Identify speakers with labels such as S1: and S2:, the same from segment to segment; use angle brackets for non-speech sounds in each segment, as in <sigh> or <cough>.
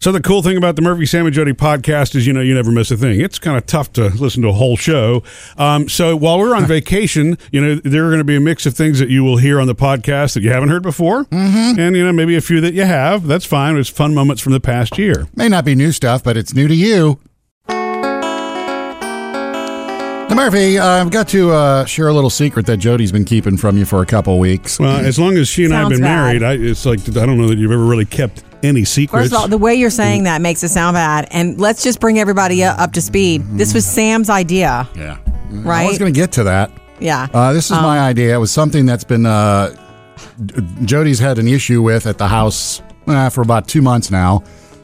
S1: So the cool thing about the Murphy Sam and Jody podcast is, you know, you never miss a thing. It's kind of tough to listen to a whole show. Um, so while
S2: <laughs>
S1: we're on vacation, you know, there are going to be a mix of things that you will hear on the podcast that you haven't heard before, mm-hmm. and you know, maybe a few that you have. That's fine. It's fun moments from the past year.
S3: May not be new stuff, but it's new to you. Now, Murphy, uh, I've got to uh, share a little secret that Jody's been keeping from you for a couple weeks.
S1: Well, as long as she and I have
S2: Mm-hmm. Sounds
S1: been
S2: bad.
S1: married, I, it's like I don't know that you've ever really kept any secrets.
S2: First of all, the way you're saying that makes it sound bad. And let's just bring everybody u- up to speed.
S1: Mm-hmm.
S2: This was Sam's idea,
S3: yeah. I was
S2: right?
S3: going to get to that.
S2: yeah.
S3: Uh, this is
S1: Um.
S3: my idea. It was something that's been uh, J- Jody's had an issue with at the house uh, for about two months now,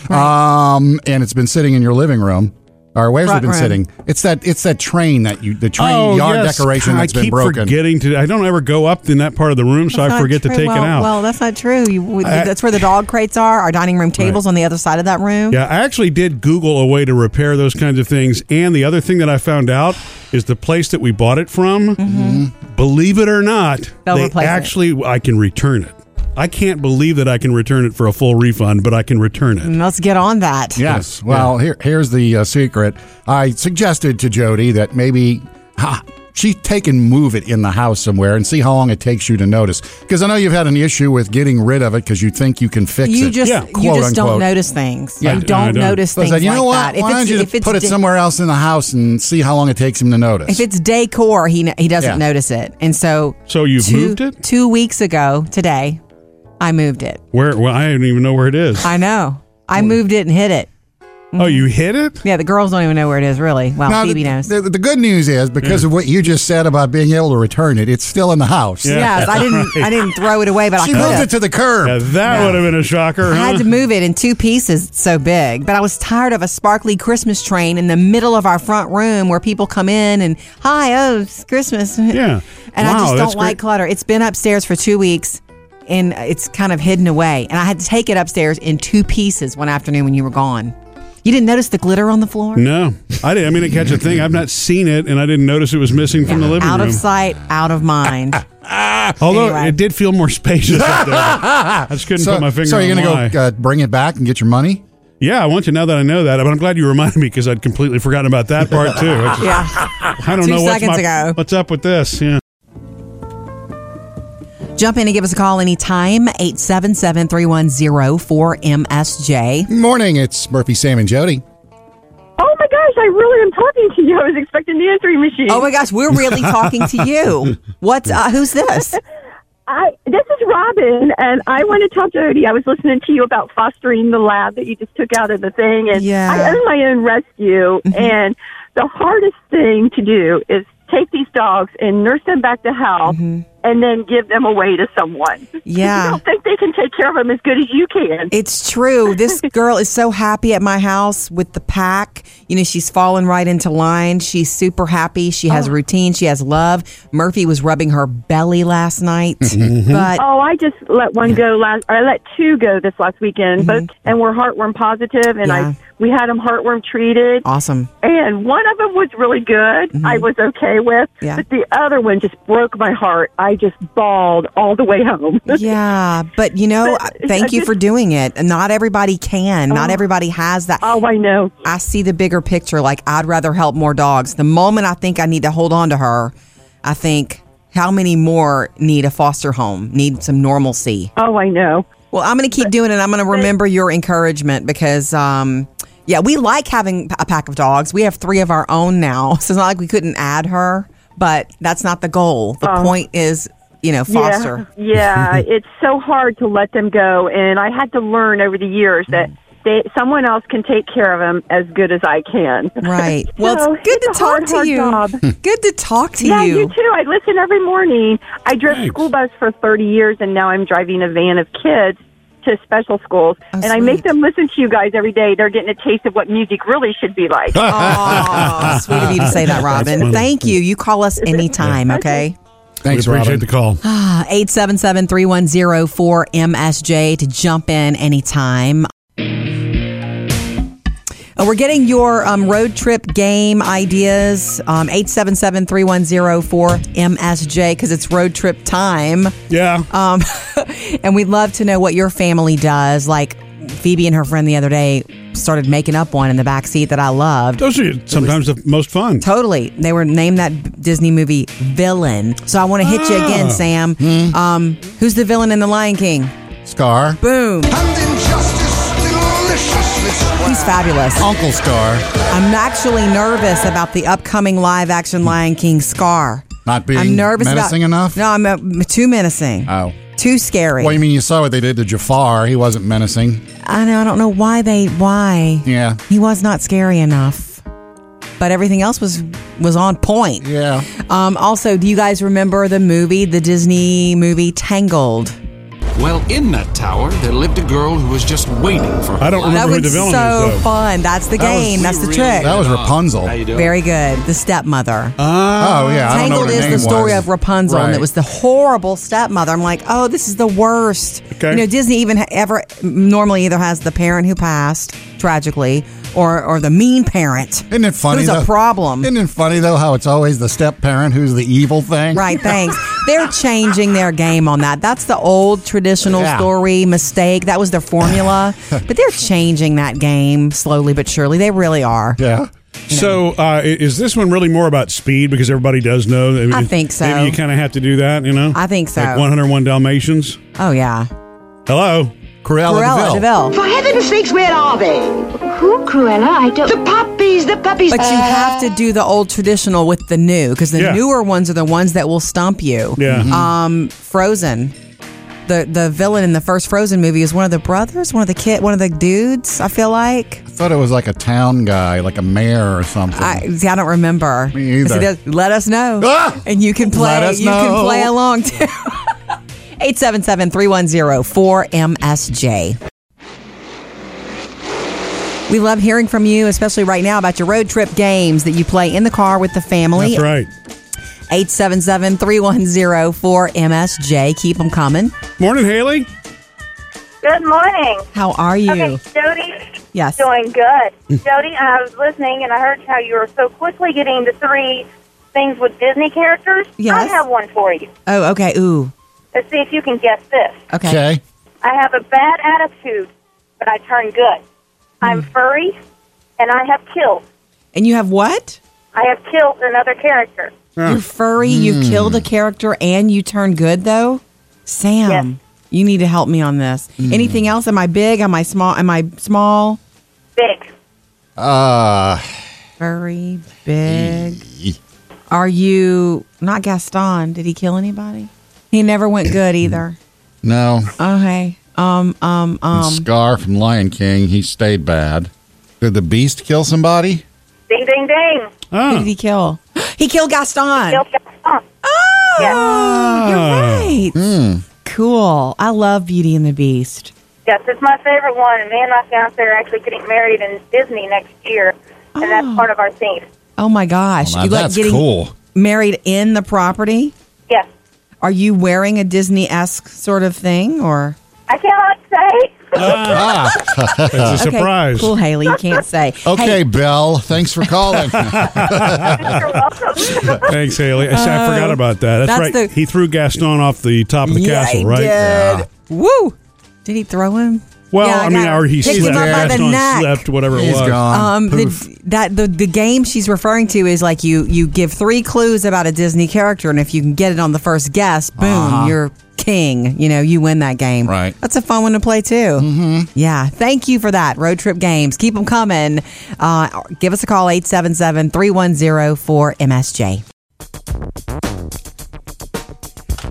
S3: um, and it's been sitting in your living room. Or where's
S2: Front
S3: it been
S2: room.
S3: sitting? It's that it's that train that you the train
S1: Oh,
S3: yard
S1: yes.
S3: decoration
S1: I
S3: that's been
S1: keep
S3: broken.
S1: forgetting to. I don't ever go up in that part of the room, so
S2: That's
S1: I
S2: not
S1: forget to
S2: true.
S1: take
S2: well,
S1: it out.
S2: Well, that's not true. You, w
S1: I-
S2: that's where the dog crates are. Our dining room tables on the other side of that room.
S1: Yeah, I actually did Google a way to repair those kinds of things. And the other thing that I found out is the place that we bought it from, believe it or not,
S2: Mm-hmm. They'll
S1: they
S2: replace it.
S1: actually, I can return it. I can't believe that I can return it for a full refund, but I can return it.
S2: And Mm, let's get on that.
S3: Yes. Well, here here's the uh, secret. I suggested to Jody that maybe ha, she take and move it in the house somewhere and see how long it takes you to notice. Because I know you've had an issue with getting rid of it because you think you can fix
S2: You
S3: it.
S2: just
S1: Yeah,
S2: you
S3: quote,
S2: just don't
S3: unquote.
S2: notice things.
S1: Yeah.
S2: You
S1: I- I
S2: don't,
S1: don't.
S2: notice
S3: So I
S2: things
S3: said, you
S2: like
S3: know what?
S2: that.
S3: Why don't you
S2: if it's
S3: put it
S2: de-
S3: somewhere else in the house and see how long it takes him to notice?
S2: If it's decor, he kn- he doesn't
S3: Yeah.
S2: notice it, and so
S1: So you've
S2: two,
S1: moved it?
S2: two weeks ago today. I moved it.
S1: Where? Well, I don't even know where it is.
S2: I know. I moved it and hid it.
S1: oh, you hid it?
S2: Yeah, the girls don't even know where it is, really. Well,
S3: Now,
S2: Phoebe
S3: the,
S2: knows.
S3: the, the good news is because
S1: Mm.
S3: of what you just said about being able to return it, it's still in the house.
S1: Yeah.
S2: yes, I didn't. I didn't throw it away, but I
S3: She
S2: could
S3: moved
S2: have.
S3: it to the curb.
S1: Yeah, that would have been a shocker.
S2: I had
S1: huh?
S2: to move it in two pieces. It's so big. But I was tired of a sparkly Christmas train in the middle of our front room where people come in and, hi, oh, it's Christmas. <laughs>
S1: Yeah.
S2: And
S1: Wow,
S2: I just
S1: that's
S2: don't like
S1: great.
S2: clutter. It's been upstairs for two weeks and it's kind of hidden away. And I had to take it upstairs in two pieces one afternoon when you were gone. You didn't notice the glitter on the floor?
S1: No, I didn't. I mean, I catch a thing. I've not seen it, and I didn't notice it was missing from the living
S2: out
S1: room.
S2: of sight, out
S3: <laughs>
S2: of mind.
S1: Although
S2: Anyway.
S1: it did feel more spacious up there. I just couldn't
S3: So,
S1: put my finger
S3: so you're
S1: on
S3: gonna
S1: why.
S3: go uh, bring it back and get your money?
S1: Yeah, I want you now that I know that, but I'm glad you reminded me because I'd completely forgotten about that part too. I, just-
S2: yeah.
S1: I don't
S2: Two
S1: know what's,
S2: seconds
S1: my-
S2: ago.
S1: what's up with this. Yeah.
S2: Jump in and give us a call anytime, 877 310 4MSJ.
S3: Morning, it's Murphy, Sam, and Jody.
S4: Oh my gosh, I really am talking to you. I was expecting the answering machine.
S2: Oh my gosh, we're really talking to you. What's uh, who's this?
S4: I, this is Robin, and I want to tell Jody I was listening to you about fostering the lab that you just took out of the thing. And
S2: Yeah. Mm-hmm.
S4: I own my own rescue, and the hardest thing to do is take these dogs and nurse them back to health. And then give them away to someone.
S2: Mm-hmm.
S4: <laughs>
S2: Yeah.
S4: You don't think they can take care of them as good as you can.
S2: It's true. This girl is so happy at my house with the pack. You know, she's fallen right into line. She's super happy. She has routine. She has love. Murphy was rubbing her belly last night, but
S4: Oh, I just let one go last. Or I let two go this last weekend, both, and we're heartworm positive, and
S2: Mm-hmm. Yeah.
S4: I we had them heartworm treated,
S2: awesome.
S4: and one of them was really good. I was okay with,
S2: Mm-hmm. Yeah.
S4: but the other one just broke my heart. I just bawled all the way home.
S2: <laughs> Yeah, but you know,
S4: But
S2: I- thank
S4: I
S2: you
S4: just-
S2: for doing it. Not everybody can. Not everybody has that.
S4: oh, I know.
S2: I see the bigger picture. Like, I'd rather help more dogs. The moment I think I need to hold on to her, I think, how many more need a foster home, need some normalcy?
S4: Oh, I know.
S2: Well, I'm going to keep doing it. I'm going to remember your encouragement because, um, yeah, we like having a pack of dogs. We have three of our own now. <laughs> So it's not like we couldn't add her, but that's not the goal. The
S4: Oh.
S2: point is, you know, foster. <laughs>
S4: Yeah, yeah. it's so hard to let them go, and I had to learn over the years that
S2: Mm.
S4: they, someone else can take care of them as good as I can. <laughs>
S2: Right. Well,
S4: So,
S2: it's good
S4: it's
S2: to
S4: a
S2: talk
S4: hard,
S2: to
S4: hard
S2: you.
S4: job.
S2: <laughs> Good to talk to
S4: yeah,
S2: you.
S4: you too. I listen every morning. I drove
S1: Thanks.
S4: school bus for 30 years, and now I'm driving a van of kids to special schools. and I make
S2: Oh, sweet.
S4: them listen to you guys every day. They're getting a taste of what music really should be like.
S2: Oh, sweet of you to say that, Robin.
S1: funny.
S2: Thank you. You call us anytime, okay? Uh,
S3: Thanks,
S1: we appreciate
S3: Robin.
S1: the call.
S2: <gasps> 877 310 4MSJ to jump in anytime. Uh, We're getting your um, road trip game ideas. Um, 877 310 4MSJ because it's road trip time.
S1: Yeah.
S2: <laughs> Um, and we'd love to know what your family does. Like, Phoebe and her friend the other day started making up one in the back seat that I loved.
S1: Those are sometimes the most fun.
S2: Totally. They were named that Disney movie villain. So I want to hit you
S1: Ah.
S2: again, Sam.
S3: Hmm?
S2: Um, who's the villain in The Lion King?
S3: Scar.
S2: Boom.
S5: And injustice deliciously
S2: He's fabulous.
S3: Uncle Scar.
S2: I'm actually nervous about the upcoming live action Lion King Scar.
S3: Not being
S2: I'm nervous
S3: menacing enough?
S2: about, No, I'm uh, too menacing.
S3: Oh.
S2: Too scary.
S3: Well, you mean you saw what they did to Jafar? He wasn't menacing.
S2: I know. I don't know why they. Why?
S3: Yeah.
S2: He was not scary enough, but everything else was was on point.
S3: Yeah.
S2: Um, also, do you guys remember the movie, the Disney movie Tangled?
S6: Well, in that tower, there lived a girl who was just waiting for her.
S1: I don't
S6: life.
S1: remember
S2: that
S1: who
S2: was
S1: the villain
S2: so
S1: is, though.
S2: fun. That's the
S3: was-
S2: game. That's
S6: We
S2: the
S6: really
S2: trick.
S3: That was
S6: lit up.
S3: Rapunzel.
S6: How you doing?
S2: Very good. The stepmother.
S3: Oh, yeah. I don't know
S2: Tangled
S3: what her
S2: is the
S3: name
S2: story
S3: was.
S2: of Rapunzel, and
S3: Right.
S2: it was the horrible stepmother. I'm like, oh, this is the worst.
S1: Okay.
S2: You know, Disney even ha- ever normally either has the parent who passed tragically, or or the mean parent.
S3: Isn't it funny?
S2: Who's
S3: though?
S2: a problem?
S3: Isn't it funny though how it's always the step parent who's the evil thing? <laughs>
S2: Right, thanks. They're changing their game on that. That's the old traditional
S3: Yeah.
S2: story mistake. That was
S3: <laughs>
S2: their formula. but they're changing that game slowly but surely. They really are.
S3: Yeah.
S1: So uh, i- is this one really more about speed because everybody does know? I, mean,
S2: I think so.
S1: Maybe you kind of have to do that, you know?
S2: I think so.
S1: Like 101 Dalmatians.
S2: Oh, yeah.
S1: Hello.
S3: Cruella, DeVille.
S2: Cruella DeVille.
S7: For heaven's sakes, where are they? Who, Cruella? I don't. The puppies, the puppies.
S2: But you have to do the old traditional with the new because the
S1: Yeah.
S2: newer ones are the ones that will stump you.
S1: Yeah.
S2: Um, Frozen. The, the villain in the first Frozen movie is one of the brothers, one of the kid, one of the dudes. I feel like
S3: I thought it was like a town guy, like a mayor or something.
S2: I see, I don't remember.
S3: Me either.
S2: See, that- Let us know,
S3: Ah!
S2: and you can play.
S3: Let us
S2: you
S3: know.
S2: can play along too. <laughs> 877-310-4MSJ. We love hearing from you, especially right now about your road trip games that you play in the car with the family.
S1: That's right.
S2: 877-310-4MSJ. Keep them coming.
S1: Morning, Haley.
S8: Good morning.
S2: How are you?
S8: Okay, Jody.
S2: Yes.
S8: Doing good.
S2: <laughs>
S8: Jody, I was listening and I heard how you were so quickly getting the three things with Disney characters.
S2: Yes.
S8: I have one for you.
S2: Oh, okay. Ooh.
S8: Let's see if you can guess this.
S2: Okay.
S3: okay.
S8: I have a bad attitude, but I turn good. I'm
S2: Hmm.
S8: furry, and I have killed.
S2: And you have what?
S8: I have killed another character.
S2: You're furry. You killed a
S3: Hmm.
S2: character and you turn good, though. Sam, you need to help me on this.
S3: Hmm.
S2: Anything else? Am I big? Am I small? Am I small?
S8: Big.
S3: Uh,
S2: Furry, big. Are you not Gaston? Did he kill anybody? He never went
S3: Hmm.
S2: good either.
S3: no.
S2: Okay. Um. Um. Um.
S3: Scar from Lion King, he stayed bad. Did the beast kill somebody?
S8: Ding, ding, ding.
S2: Who
S1: Ah.
S2: did he kill? He killed Gaston.
S8: Killed Gaston.
S2: Oh, you're right.
S3: Hmm.
S2: Cool. I love Beauty and the Beast.
S8: Yes, it's my favorite one. And me and my fiance are actually getting married in Disney next year, and that's part of our theme.
S2: Oh my gosh.
S3: Well, now
S2: you like
S3: that's
S2: getting
S3: cool.
S2: married in the property?
S8: Yes.
S2: Are you wearing a Disney esque sort of thing or
S8: I cannot say.
S2: <laughs>
S1: It's a surprise.
S2: Cool, Haley, you can't
S1: <laughs>
S2: say.
S3: Okay,
S2: Hey,
S3: Belle. Thanks for
S2: <laughs>
S3: calling.
S8: You're welcome.
S1: Thanks, Haley. I, I forgot about that. That's,
S2: Uh, That's
S1: right.
S2: the-
S1: he threw Gaston off the top of the
S2: yeah,
S1: castle,
S2: he
S1: right?
S2: Did. Woo! Did he throw him?
S1: Well,
S2: Yeah,
S1: I mean,
S2: got-
S1: or he
S2: picked
S1: slept.
S2: him up by
S1: <laughs>
S2: the
S1: Gaston
S2: neck.
S1: slept, whatever it
S3: He's
S1: was.
S3: gone.
S2: Um,
S3: Poof.
S2: the, that the the game she's referring to is like you you give three clues about a Disney character, and if you can get it on the first guess, boom, you're king. You know, you win that game.
S3: Right.
S2: That's a fun one to play too. Mm-hmm. Yeah. Thank you for that. Road trip games. Keep them coming. Uh, give us a call 877-310-4MSJ.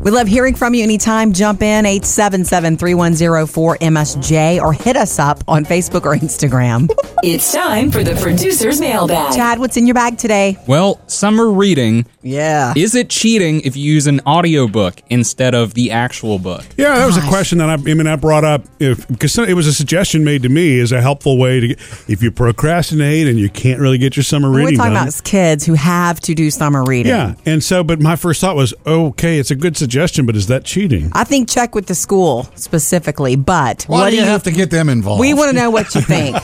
S2: We love hearing from you anytime. Jump in 877-310-4MSJ or hit us up on Facebook or Instagram.
S9: It's time for the producer's mailbag.
S2: Chad, what's in your bag today?
S10: Well, summer reading.
S2: Yeah.
S10: Is it cheating if you use an audiobook instead of the actual book?
S1: Yeah, that was a
S2: Gosh.
S1: question that I, I mean I brought up if because it was a suggestion made to me as a helpful way to get, if you procrastinate and you can't really get your summer
S2: We're
S1: reading
S2: talking
S1: done.
S2: about kids who have to do summer reading.
S1: yeah, and so but my first thought was okay, it's a good suggestion, but is that cheating?
S2: I think check with the school specifically, but
S3: Why
S2: what
S3: do you have to get them involved?
S2: We want to know what you think.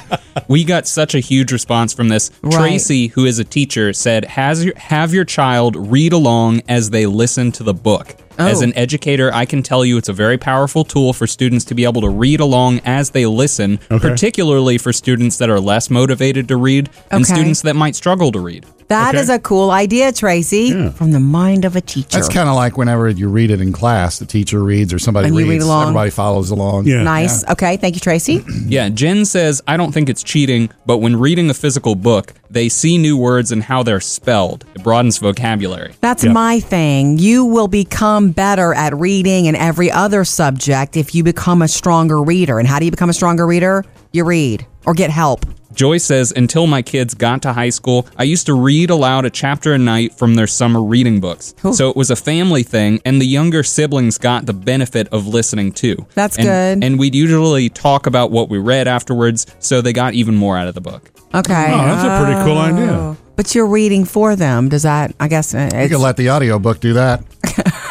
S10: We got such a huge response from this.
S2: Right.
S10: Tracy, who is a teacher, said, Has your, Have your child read along as they listen to the book. As
S2: Oh.
S10: an educator, I can tell you it's a very powerful tool for students to be able to read along as they listen,
S1: Okay.
S10: particularly for students that are less motivated to read and
S2: Okay.
S10: students that might struggle to read.
S2: That
S1: Okay.
S2: is a cool idea, Tracy. From the mind of a teacher.
S3: That's kind of like whenever you read it in class, the teacher reads or somebody
S2: And you
S3: reads,
S2: read along.
S3: everybody follows along.
S1: Yeah.
S2: nice. Okay, thank you, Tracy.
S10: Yeah, Jen says, I don't think it's cheating, but when reading a physical book, they see new words and how they're spelled. It broadens vocabulary.
S2: That's my thing. You will become better at reading and every other subject if you become a stronger reader. And how do you become a stronger reader? You read or get help.
S10: Joy says, until my kids got to high school, I used to read aloud a chapter a night from their summer reading books. So it was a family thing, and the younger siblings got the benefit of listening too.
S2: That's
S10: And-
S2: good.
S10: And we'd usually talk about what we read afterwards, so they got even more out of the book.
S2: Okay.
S1: Oh, that's a pretty cool idea.
S2: But you're reading for them. Does that, I guess, uh,
S3: You can
S2: <laughs> it's,
S3: let the audiobook do
S2: <laughs>
S3: that.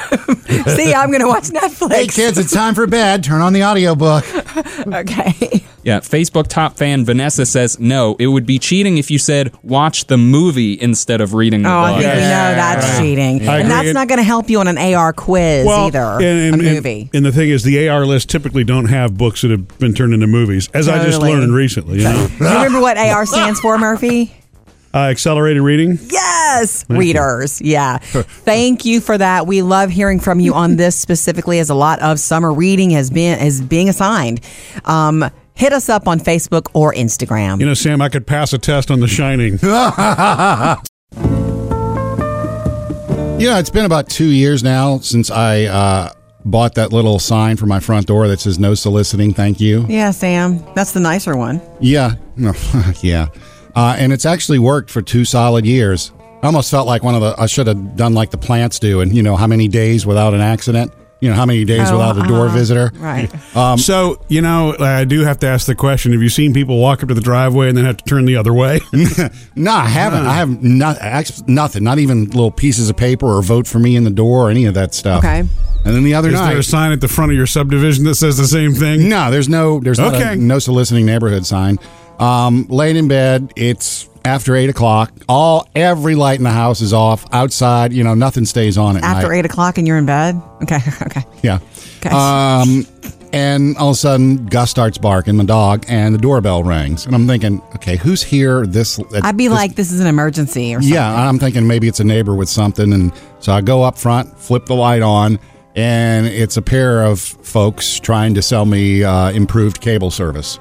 S2: see, I'm going
S1: <laughs>
S2: to watch Netflix.
S3: Hey, kids, it's time for bed. Turn on the audiobook.
S2: <laughs>
S1: <laughs>
S2: Okay.
S10: Yeah, Facebook top fan Vanessa says, no, it would be cheating if you said, watch the movie instead of reading the
S2: Oh, I
S10: book.
S2: think we know that's cheating.
S1: I
S2: And
S1: agree.
S2: that's not going to help you on an AR quiz either. a movie.
S1: <laughs> And, the thing is, the AR list typically don't have books that have been turned into movies, as I just
S2: Totally.
S1: learned recently. You know,
S2: Do you remember what AR stands
S1: <laughs>
S2: for, Murphy?
S1: uh, accelerated reading.
S2: Yes, readers. Yeah. Thank you for that. We love hearing from you on this specifically as a lot of summer reading has been is being assigned. Um, hit us up on Facebook or Instagram.
S1: You know, Sam, I could pass a test on The Shining.
S3: You know, it's been about two years now since I uh, bought that little sign for my front door that says "No soliciting, thank you."
S2: yeah, Sam. That's the nicer one.
S3: Yeah, no, <laughs> yeah, uh, and it's actually worked for two solid years. I almost felt like one of the I should have done like the plants do, and you know how many days without an accident, you know how many days without a door visitor.
S2: Oh, uh-huh. Right.
S1: so, you know, I do have to ask the question: Have you seen people walk up to the driveway and then have to turn the other way?
S3: No, I haven't.
S1: Uh-huh.
S3: I have not, ax- nothing, not even little pieces of paper or vote for me in the door or any of that stuff.
S2: Okay.
S3: And then the other
S1: Is
S3: night,
S1: there a sign at the front of your subdivision that says the same thing?
S3: No, there's no there's not a
S1: Okay.
S3: no soliciting neighborhood sign. Um, laying in bed, it's after eight o'clock. All every light in the house is off. Outside, you know, nothing stays on at
S2: After
S3: night.
S2: eight o'clock and you're in bed. Okay. <laughs> Okay.
S3: Yeah.
S2: Okay.
S3: Um, and all of a sudden, Gus starts barking, the dog, and the doorbell rings. And I'm thinking, okay, who's here? This at
S2: I'd be
S3: this
S2: like, this is an emergency or something.
S3: yeah, I'm thinking maybe it's a neighbor with something. And so I go up front, flip the light on, and it's a pair of folks trying to sell me uh, improved cable service.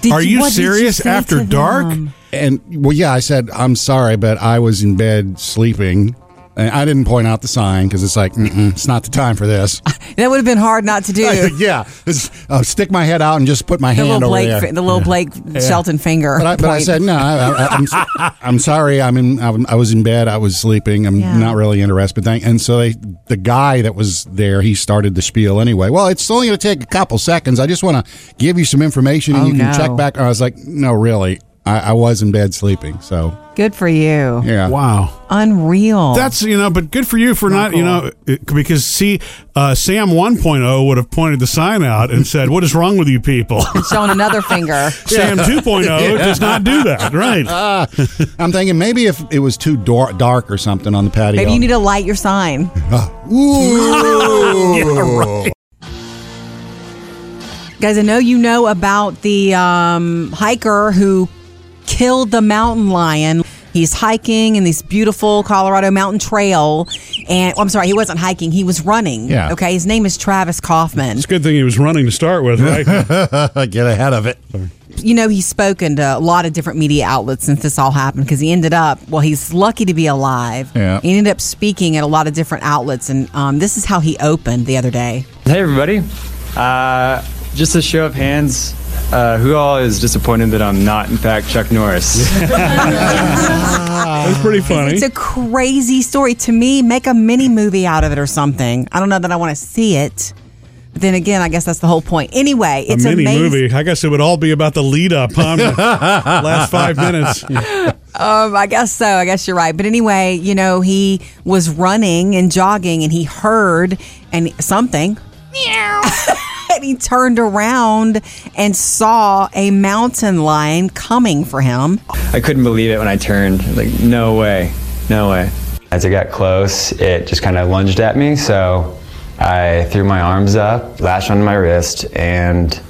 S2: Did
S1: Are you
S2: what did
S1: serious?
S2: say
S1: After
S2: to
S1: dark?
S2: them?
S3: And well, yeah, I said, I'm sorry, but I was in bed sleeping. And I didn't point out the sign because it's like, Mm-mm, it's not the time for this.
S2: That would have been hard not to
S3: <laughs>
S2: do.
S3: yeah. It's, uh, stick my head out and just put my
S2: The
S3: hand
S2: little
S3: over
S2: Blake,
S3: there.
S2: fi- the little Blake Shelton finger.
S3: But I, but I
S2: point.
S3: said no. I, I, I'm,
S2: <laughs>
S3: s- I'm sorry. I'm in. I'm, I was in bed. I was sleeping. I'm
S2: Yeah.
S3: not really interested. Thank. And so they, the guy that was there, he started the spiel anyway. Well, it's only going to take a couple seconds. I just want to give you some information, and
S2: Oh,
S3: you can
S2: no.
S3: check back. And I was like, no, really. I, I was in bed sleeping. So
S2: good for you.
S3: yeah.
S1: Wow.
S2: Oh. Unreal.
S1: That's you know, but good for you for not, you know it- because see, uh, Sam 1.0 would have pointed the sign out and said, "What is wrong with you people?"
S2: showing another finger.
S1: Sam 2.0 does not do that, right?
S3: I'm thinking maybe if it was too dar- dark or something on the patio.
S2: Maybe you need to light your sign. <laughs>
S3: Ooh.
S2: Guys, I know you know about the um, hiker who killed the mountain lion. He's hiking in this beautiful Colorado mountain trail. And oh, I'm sorry, he wasn't hiking, he was running.
S3: Yeah.
S2: Okay. His name is Travis Kaufman.
S1: It's a good thing he was running to start with, right?
S3: <laughs> Get ahead of it.
S2: you know, he's spoken to a lot of different media outlets since this all happened because he ended up, well, he's lucky to be alive.
S3: Yeah.
S2: He ended up speaking at a lot of different outlets. And um, this is how he opened the other day.
S11: Hey, everybody. Uh, just a show of hands. Uh, who all is disappointed that I'm not, in fact, Chuck Norris?
S12: <laughs>
S1: That's pretty funny.
S2: It's a crazy story. To me, make a mini movie out of it or something. I don't know that I want to see it. But then again, I guess that's the whole point. Anyway,
S1: A
S2: it's
S1: mini
S2: amazing.
S1: movie. I guess it would all be about the lead up, huh? Last five minutes.
S2: Um, I guess so. I guess you're right. But anyway, you know, he was running and jogging and he heard and something. <laughs> and he turned around and saw a mountain lion coming for him.
S11: I couldn't believe it when I turned. Like, no way, no way.
S12: As it got close, it just kind of lunged at me, so I threw my arms up, lashed onto my wrist, and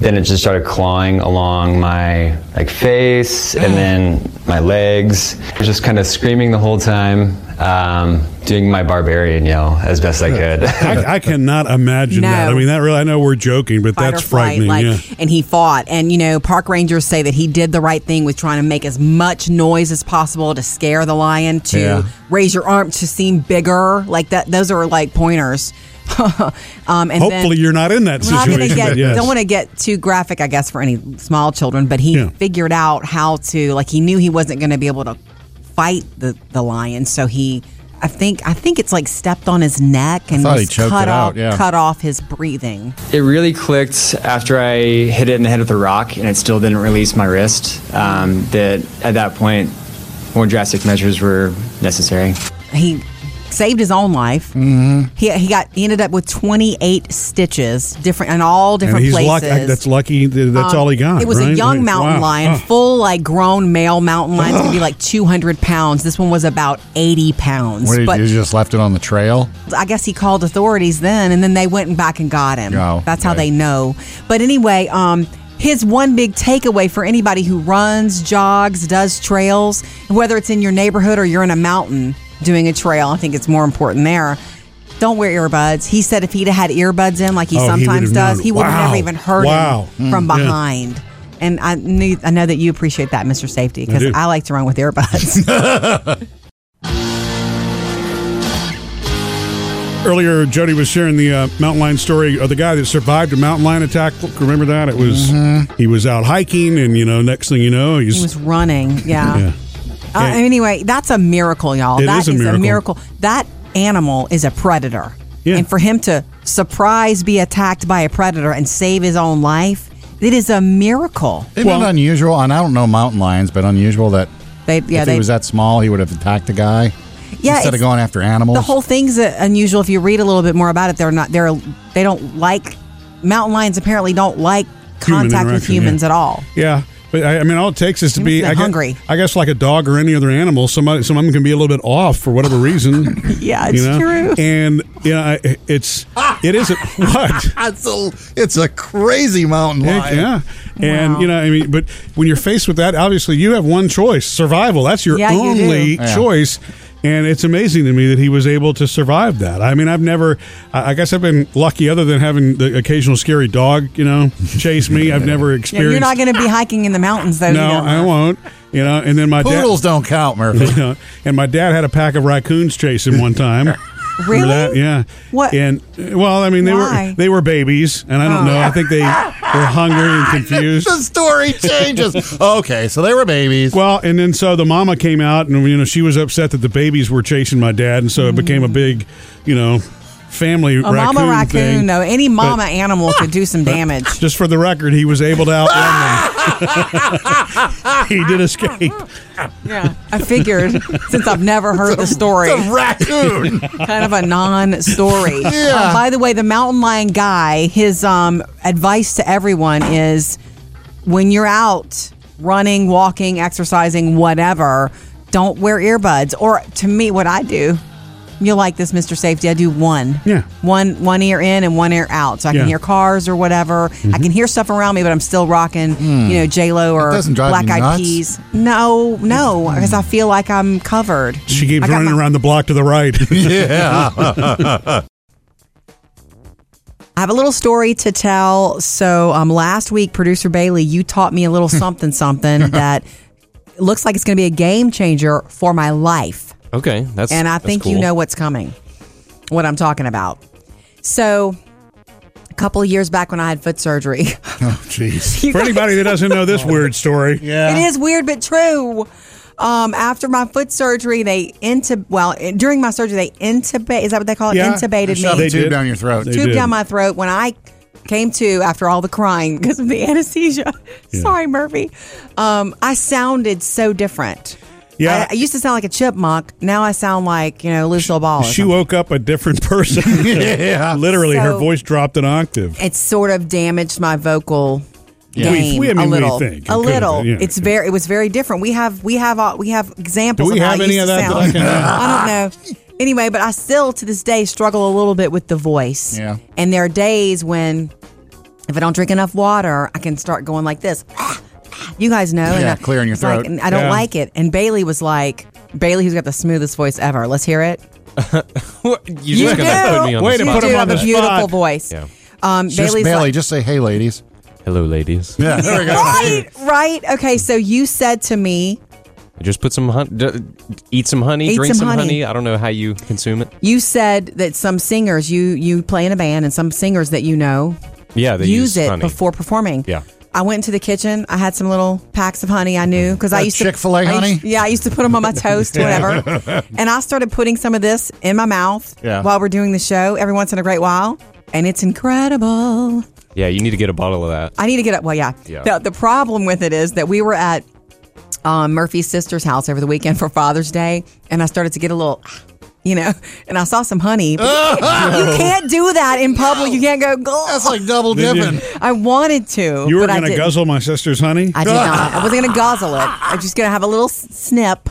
S12: then it just started clawing along my like face and then my legs. I was just kind of screaming the whole time, um, doing my barbarian yell as best I could.
S1: I, I cannot imagine that. I mean, that really, I know we're joking, but
S2: Fight
S1: that's
S2: or flight,
S1: frightening.
S2: like,
S1: yeah.
S2: and he fought. And you know, park rangers say that he did the right thing with trying to make as much noise as possible to scare the lion, to
S13: Yeah.
S2: raise your arm to seem bigger. Like that, those are like pointers. <laughs> um, and
S1: Hopefully, you're not in that
S2: We're not
S1: situation.
S2: gonna
S1: but
S2: get,
S1: yes.
S2: Don't want to get too graphic, I guess, for any small children. But he figured out how to, like, he knew he wasn't going to be able to fight the the lion, so he, I think, I think it's like stepped on his neck and
S11: thought
S2: was
S11: he choked
S2: cut
S11: it
S2: off,
S11: out, yeah.
S2: cut off his breathing.
S11: It really clicked after I hit it in the head with a rock, and it still didn't release my wrist. Um, that at that point, more drastic measures were necessary.
S2: He saved his own life. Mm-hmm. He he got he ended up with twenty eight stitches, different in all different
S1: and he's
S2: places.
S1: lucky. That's lucky. that- That's
S2: Um,
S1: all he got.
S2: It was a
S1: right?
S2: young
S1: Like,
S2: mountain
S1: wow.
S2: lion,
S1: Huh.
S2: full like grown male mountain lions could be
S1: <gasps>
S2: like 200 pounds. This one was about 80 pounds.
S3: What did you
S2: but
S3: do? You just left it on the trail?
S2: I guess he called authorities then, and then they went and back and got him.
S3: Oh,
S2: That's how they know. But anyway, um, his one big takeaway for anybody who runs, jogs, does trails, whether it's in your neighborhood or you're in a mountain doing a trail, I think it's more important there. Don't wear earbuds. He said if he'd had earbuds in, like he
S13: Oh, he
S2: sometimes
S13: would've
S2: does,
S13: known.
S2: he would have
S13: Wow.
S2: never even heard
S13: Wow.
S2: him
S13: Mm,
S2: from
S13: yeah.
S2: behind. And I knew, I know that you appreciate that, Mr. Safety,
S13: I
S2: because
S13: do.
S2: I like to run with earbuds. <laughs>
S1: Earlier, Jody was sharing the uh, mountain lion story of the guy that survived a mountain lion attack. Look, remember that? It was he was out hiking, and you know, next thing you know, he's
S2: he was running. Yeah.
S1: Yeah.
S2: Uh,
S1: And-
S2: anyway, that's a miracle, y'all.
S1: It
S2: That
S1: is a miracle.
S2: That animal is a predator. And for him to surprise be attacked by a predator and save his own life, it is a miracle.
S3: Isn't it unusual? And I don't know mountain lions, but unusual that
S2: They- yeah,
S3: if
S2: they-
S3: he was that small, he would have attacked a guy
S2: Yeah,
S3: instead
S2: it's-
S3: of going after animals.
S2: The whole thing's uh, unusual. If you read a little bit more about it, they're not. They're they don't like mountain lions. Apparently, don't like
S1: Human
S2: contact with
S1: interaction,
S2: humans
S1: yeah.
S2: at all.
S1: Yeah, but I, I mean, all it takes is to be
S2: been
S1: I guess,
S2: hungry.
S1: I guess like a dog or any other animal, somebody some of them can be a little bit off for whatever reason.
S2: yeah,
S3: it's true.
S1: And yeah, I- it's
S3: <laughs>
S1: it is a, what
S3: it's a it's a crazy mountain
S1: Heck,
S3: lion.
S1: yeah, and
S3: Wow.
S1: you know, I mean, but when you're faced with that, obviously you have one choice: survival. That's your
S3: Yeah, you
S1: only
S3: do. Yeah.
S1: choice. And it's amazing to me that he was able to survive that. I mean, I've never, I I guess I've been lucky other than having the occasional scary dog, you know, chase me. I've never
S2: Yeah,
S1: experienced
S2: You're not going to be hiking in the mountains though.
S1: no,
S2: either.
S1: I won't. You know, and then my dad-
S3: Poodles don't count, Murphy.
S1: <laughs> You know, and my dad had a pack of raccoons chase him one
S2: <laughs>
S1: time. Remember
S3: Really?
S1: that? Yeah.
S3: What-
S1: And well, I mean, they
S3: Why?
S1: were they were babies, and I don't
S3: Oh.
S1: know. I think they were
S2: <laughs>
S1: hungry and
S3: <laughs>
S1: confused.
S3: The story changes. okay, so they were babies.
S1: Well, and then so the mama came out, and you know she was upset that the babies were chasing my dad, and so it became a big, you know, family
S2: Mm. A
S1: raccoon
S2: mama raccoon,
S1: thing.
S2: though. Any mama
S1: But-
S2: animal could do some
S1: but
S2: damage.
S1: Just for the record, he was able to
S2: <laughs>
S1: outrun them. he did escape.
S2: Yeah, I figured since I've never heard the story.
S3: it's a <laughs> raccoon.
S2: kind of a non-story.
S3: <laughs> Yeah.
S2: Uh, by the way, the mountain lion guy, his um, advice to everyone is when you're out running, walking, exercising, whatever, don't wear earbuds. Or to me, what I do, you like this, Mr. Safety, I do one. Yeah. One one ear in and one ear out. So I
S3: Yeah. Mm-hmm.
S2: can hear cars or whatever. I can hear stuff around me, but I'm still rocking, you know, J Lo or
S3: Hmm. doesn't drive
S2: Black
S3: you
S2: Eyed
S3: nuts?
S2: Peas. No, no, because I feel like I'm covered.
S1: She keeps
S2: I got
S1: running
S2: my-
S1: around the block to the right. <laughs>
S2: <laughs>
S3: Yeah.
S2: I have a little story to tell. So, um, last week, producer Bailey, you taught me a
S14: <laughs>
S2: little something, something that looks like it's going to be a game changer for my life.
S14: Okay, that's
S2: and I
S14: that's
S2: think you
S14: cool.
S2: know what's coming, what I'm talking about. So, a couple of years back when I had foot surgery, <laughs>
S1: Oh, jeez. For anybody that doesn't know this weird story, yeah,
S2: It is weird but true. Um, after my foot surgery, they intub well during my surgery they intubate. Is that what they call it?
S3: Yeah,
S2: Intubated
S3: they
S2: me.
S3: shoved a They tube did. down your throat. They
S2: Tube
S3: did.
S2: down my throat. When I came to after all the crying <laughs> because of the anesthesia. Sorry, Murphy. Um, I sounded so different.
S1: Yeah.
S2: I, I used to sound like a chipmunk. Now I sound like you know Lucille Ball. or
S1: She woke up a different <laughs> person.
S3: <laughs>
S2: Yeah.
S1: Literally, her
S2: So-
S1: voice dropped an octave.
S2: it's sort of damaged my vocal
S1: Yeah. We-
S2: game
S1: we- I mean, we
S2: a little.
S1: think it
S2: a
S1: could,
S2: little.
S1: yeah.
S2: It's very. It was very different. We have we have all, we have examples.
S1: Do we
S2: of how
S1: have
S2: I
S1: any
S2: used
S1: of
S2: to
S1: that that
S2: sound.
S1: I
S3: Ah.
S2: I don't know. Anyway, but I still to this day struggle a little bit with the voice.
S3: Yeah.
S2: And there are days when, if I don't drink enough water, I can start going like this. Ah, You guys know. and
S3: Yeah,
S2: I-
S3: clearing your
S2: it's like,
S3: throat.
S2: I don't
S3: Yeah.
S2: like it. And Bailey was like, Bailey, who's got the smoothest voice ever. Let's hear it.
S13: You just
S2: do.
S13: gonna put me on
S2: Way
S13: the
S2: to
S13: spot.
S2: put him You do on have the a beautiful spot. voice.
S13: Yeah.
S2: Um,
S3: Just
S2: Bailey's
S3: Bailey,
S2: like,
S3: just say, hey, ladies.
S13: Hello, ladies.
S3: <laughs> Yeah, there we go.
S2: right, right. Okay, so you said to me,
S13: Just put some hun- d- eat some honey,
S2: Eat
S13: drink
S2: some
S13: some honey.
S2: honey.
S13: I don't know how you consume it.
S2: you said that some singers, you you play in a band, and some singers that you know
S13: Yeah, they use,
S2: use, it
S13: honey.
S2: before performing.
S13: Yeah.
S2: I went into the kitchen. I had some little packs of honey I knew
S13: Mm-hmm.
S2: because I
S3: Uh,
S2: used to
S3: Chick-fil-A
S2: I used-
S3: honey?
S2: yeah, I used to put them on my
S3: <laughs>
S2: toast, whatever. and I started putting some of this in my mouth
S13: Yeah.
S2: while we're doing the show every once in a great while, and it's incredible.
S13: Yeah, you need to get a bottle of that.
S2: I need to get up. Well, yeah.
S13: Yeah.
S2: The, the problem with it is that we were at um, Murphy's sister's house over the weekend for Father's Day, and I started to get a little, you know, <laughs> and I saw some honey. But you, can't, you can't do that in public. You can't go. That's
S3: like double
S1: Did you- dipping.
S2: I wanted to.
S1: You were
S2: but I
S1: going to
S2: didn't.
S1: guzzle my sister's honey?
S2: I did not. I wasn't going to guzzle it. I was just going to have a little s- snip,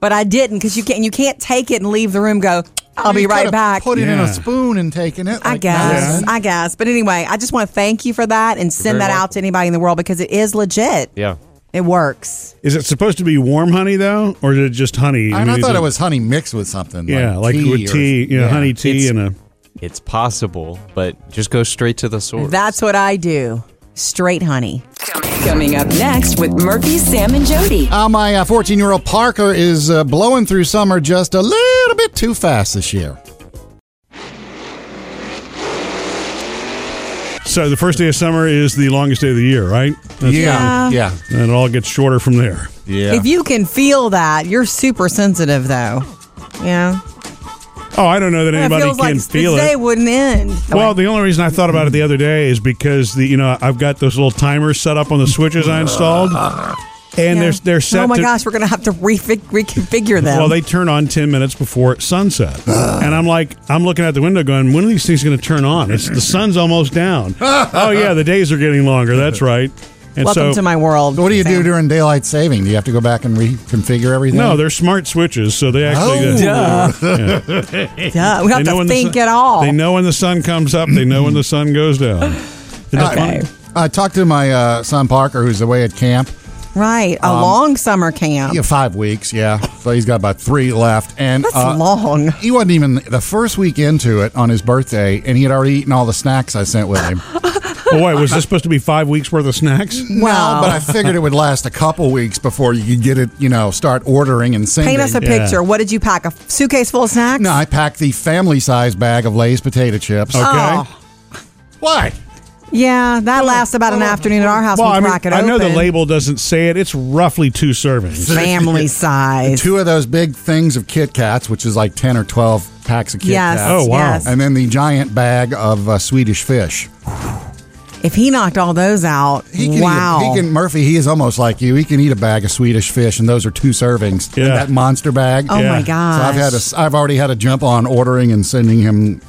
S2: but I didn't because you can't. You can't take it and leave the room. Go. I'll be
S3: You
S2: right
S3: could've
S2: back.
S3: Put it in a spoon and taken it.
S2: I
S3: like
S2: guess.
S3: nothing.
S2: I guess. But anyway, I just want to thank you for that and send
S1: very
S2: that out to anybody in the world because it is legit.
S13: Yeah.
S2: It works.
S1: Is it supposed to be warm honey, though? Or is it just honey?
S3: I, mean, I
S1: is
S3: thought it was honey mixed with something.
S1: Yeah, like
S3: tea
S1: with
S3: or-
S1: tea, you know,
S3: yeah.
S1: honey tea
S13: It's-
S1: and a.
S13: It's possible, but just go straight to the source.
S2: That's what I do. Straight honey.
S9: Coming up next with Murphy, Sam, and Jody.
S3: Uh, my 14 year old Parker is uh, blowing through summer just a little bit too fast this year.
S1: So the first day of summer is the longest day of the year, right?
S2: Yeah. Yeah.
S1: And it all gets shorter from there.
S3: Yeah.
S2: If you can feel that, you're super sensitive though. Yeah.
S1: Oh, I don't know that anybody
S2: it feels
S1: can
S2: like
S1: feel
S2: the
S1: it.
S2: day wouldn't end.
S1: Well, the only reason I thought about it the other day is because the you know I've got those little timers set up on the switches I installed, and they're they're set.
S2: Uh-huh. oh my
S1: to,
S2: gosh, we're gonna have to refig- reconfigure them.
S1: Well, they turn on ten minutes before sunset,
S2: Uh.
S1: and I'm like, I'm looking out the window, going, when are these things going to turn on? It's the sun's almost
S2: <laughs>
S1: down. oh yeah, the days are getting longer. That's right. And so,
S2: Welcome to my world.
S3: So what do you do
S2: Sam.
S3: during daylight saving? Do you have to go back and reconfigure everything?
S1: No, they're smart switches, so they actually.
S3: Oh.
S1: Yeah.
S2: Duh, we
S1: They
S2: don't have
S1: know
S2: to
S1: when the
S2: think
S1: sun-
S2: at all.
S1: They know when the sun comes up. They know when the sun goes down.
S2: <laughs>
S1: Isn't that
S3: I,
S1: fun?
S3: I talked to my uh, son Parker, who's away at camp.
S2: Right. A
S3: Um,
S2: long summer camp.
S3: Yeah, five weeks. Yeah, so he's got about three left, and uh,
S2: That's
S1: uh,
S2: long.
S3: He wasn't even the first week into it on his birthday, and he had already eaten all the snacks I sent with him.
S1: Oh, wait, was this supposed to be five weeks worth of snacks?
S3: Well, but I figured it would last a couple weeks before you could get it. You know, start ordering and sending.
S2: Paint us a picture. What did you pack? A suitcase full of snacks?
S3: No, I packed the family-size bag of Lay's potato chips.
S1: Okay.
S2: Oh.
S3: Why?
S2: Yeah, that lasts about an afternoon at our house.
S1: Well,
S2: we
S1: I, mean,
S2: crack it
S1: I know the
S2: open.
S1: label doesn't say it. It's roughly two
S3: <laughs>
S1: servings.
S2: Family size.
S3: Two of those big things of Kit Kats, which is like 10 or 12 packs of Kit
S2: Yes,
S3: Kats.
S2: Oh, wow. yes.
S3: And then the giant bag of uh, Swedish fish.
S2: If he knocked all those out,
S3: He can eat a-
S2: wow.
S3: he can, Murphy, he is almost like you. He can eat a bag of Swedish fish, and those are two servings.
S1: Yeah.
S3: That monster bag.
S2: Oh, my
S1: Yeah.
S3: So I've, had a,
S2: gosh.
S3: I've already had a jump on ordering and sending him.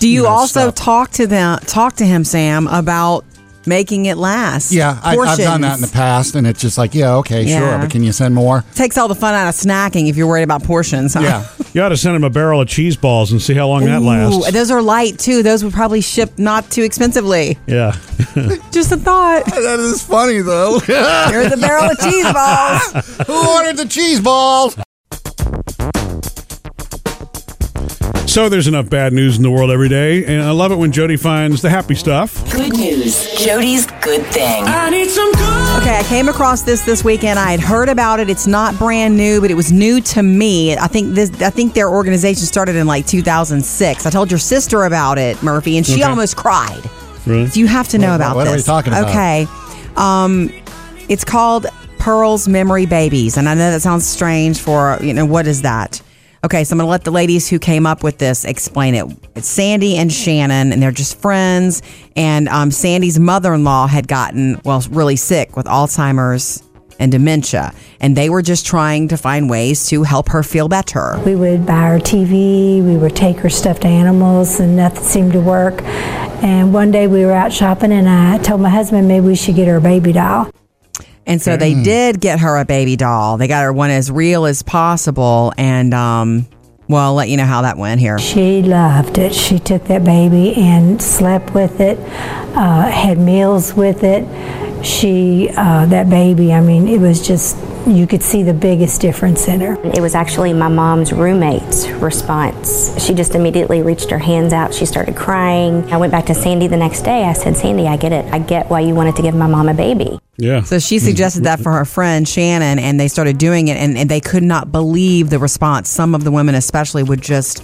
S2: Do you
S3: know,
S2: also
S3: stuff.
S2: talk to them? Talk to him, Sam, about making it last.
S3: Yeah, I, I've done that in the
S2: Portions.
S3: past, and it's just like, yeah, okay,
S2: Yeah.
S3: sure, but can you send
S2: <laughs>
S3: more?
S2: Takes all the fun out of snacking if you're worried about portions. Huh?
S3: Yeah.
S1: You ought to send him a barrel of cheese balls and see how long that
S2: Ooh,
S1: lasts.
S2: those are light too. Those would probably ship not too expensively.
S1: Yeah.
S2: Just a thought.
S3: that is funny, <laughs> though.
S2: Here's a
S3: <laughs>
S2: barrel of cheese balls.
S3: Who ordered the cheese balls?
S1: So there's enough bad news in the world every day, and I love it when Jody finds the happy stuff.
S9: Good news. Jody's good thing.
S2: Okay, I came across this this weekend. I had heard about it. It's not brand new, but it was new to me. I think this. I think their organization started in like 2006. I told your sister about it, Murphy, and she
S1: Okay.
S2: almost cried.
S1: Really?
S2: So you have to know
S3: What-
S2: about
S3: what are we
S2: this.
S3: talking about?
S2: Okay, um, it's called Pearl's Memory Babies, and I know that sounds strange for you know what is that? Okay, so I'm gonna let the ladies who came up with this explain it. It's Sandy and Shannon, and they're just friends. And um, Sandy's mother-in-law had gotten well really sick with Alzheimer's and dementia. And they were just trying to find ways to help her feel better.
S14: We would buy her TV, we would take her stuffed animals, and nothing seemed to work. And one day we were out shopping, and I told my husband maybe we should get her a baby doll.
S2: And so they did get her a baby doll. They got her one as real as possible. And, um, well, I'll let you know how that went here.
S14: She loved it. She took that baby and slept with it, uh, had meals with it. She, uh, that baby, I mean, it was just, you could see the biggest difference in her.
S15: It was actually my mom's roommate's response. She just immediately reached her hands out. She started crying. I went back to Sandy the next day. I said, Sandy, I get it. I get why you wanted to give my mom a baby.
S1: Yeah.
S2: So she suggested that for her friend Shannon, and they started doing it, and, and they could not believe the response. Some of the women, especially, would just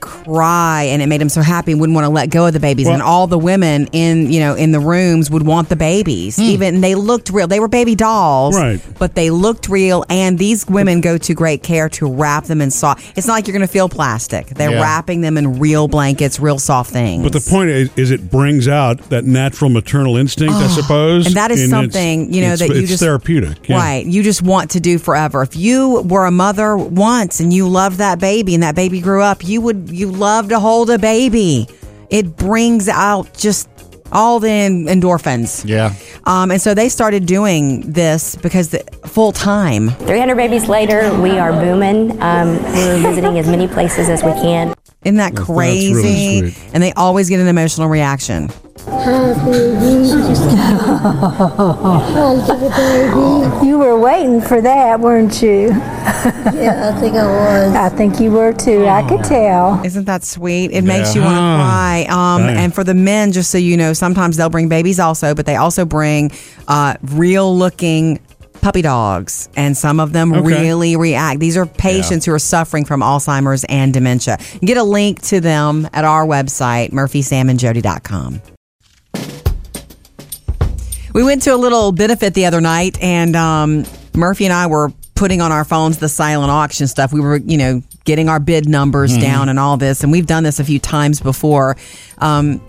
S2: cry, and it made them so happy, and wouldn't want to let go of the babies. and all the women in you know in the rooms would want the babies. Even they looked real; they were baby dolls,
S1: Hmm. Right.
S2: But they looked real, and these women go to great care to wrap them in soft. It's not like you're going to feel plastic. They're
S1: Yeah.
S2: wrapping them in real blankets, real soft things.
S1: But the point is, is it brings out that natural maternal instinct, I suppose.
S2: Ah, And that is
S1: it's-
S2: something, you know,
S1: it's-
S2: that you
S1: it's
S2: just-
S1: therapeutic. yeah.
S2: Right. You just want to do forever. If you were a mother once and you loved that baby and that baby grew up, you would you love to hold a baby. It brings out just all the en- endorphins.
S3: Yeah.
S2: Um, and so they started doing this because the, full time.
S15: 300 babies later, we are booming. Um, we're visiting as many places as we can.
S2: Isn't that
S15: That's
S2: crazy?
S15: really sweet.
S2: And they always get an emotional reaction.
S14: You were waiting for that, weren't you? yeah, I think I was. <laughs> I think you were too. I could tell.
S2: Isn't that sweet? It makes you
S14: Yeah.
S2: want to
S14: Ah.
S2: cry. Um,
S14: Dang.
S2: and for the men, just so you know, sometimes they'll bring babies also, but they also bring uh, real looking puppy dogs. And some of them
S16: Okay.
S2: really react. These are patients who are suffering from Alzheimer's and dementia. You can Get a link to them at our website, murphysamandjody.com. We went to a little benefit the other night, and um, Murphy and I were putting on our phones the silent auction stuff. We were, you know, getting our bid numbers
S3: Mm-hmm.
S17: Mhm.
S2: down and all this, and we've done this a few times before. Um,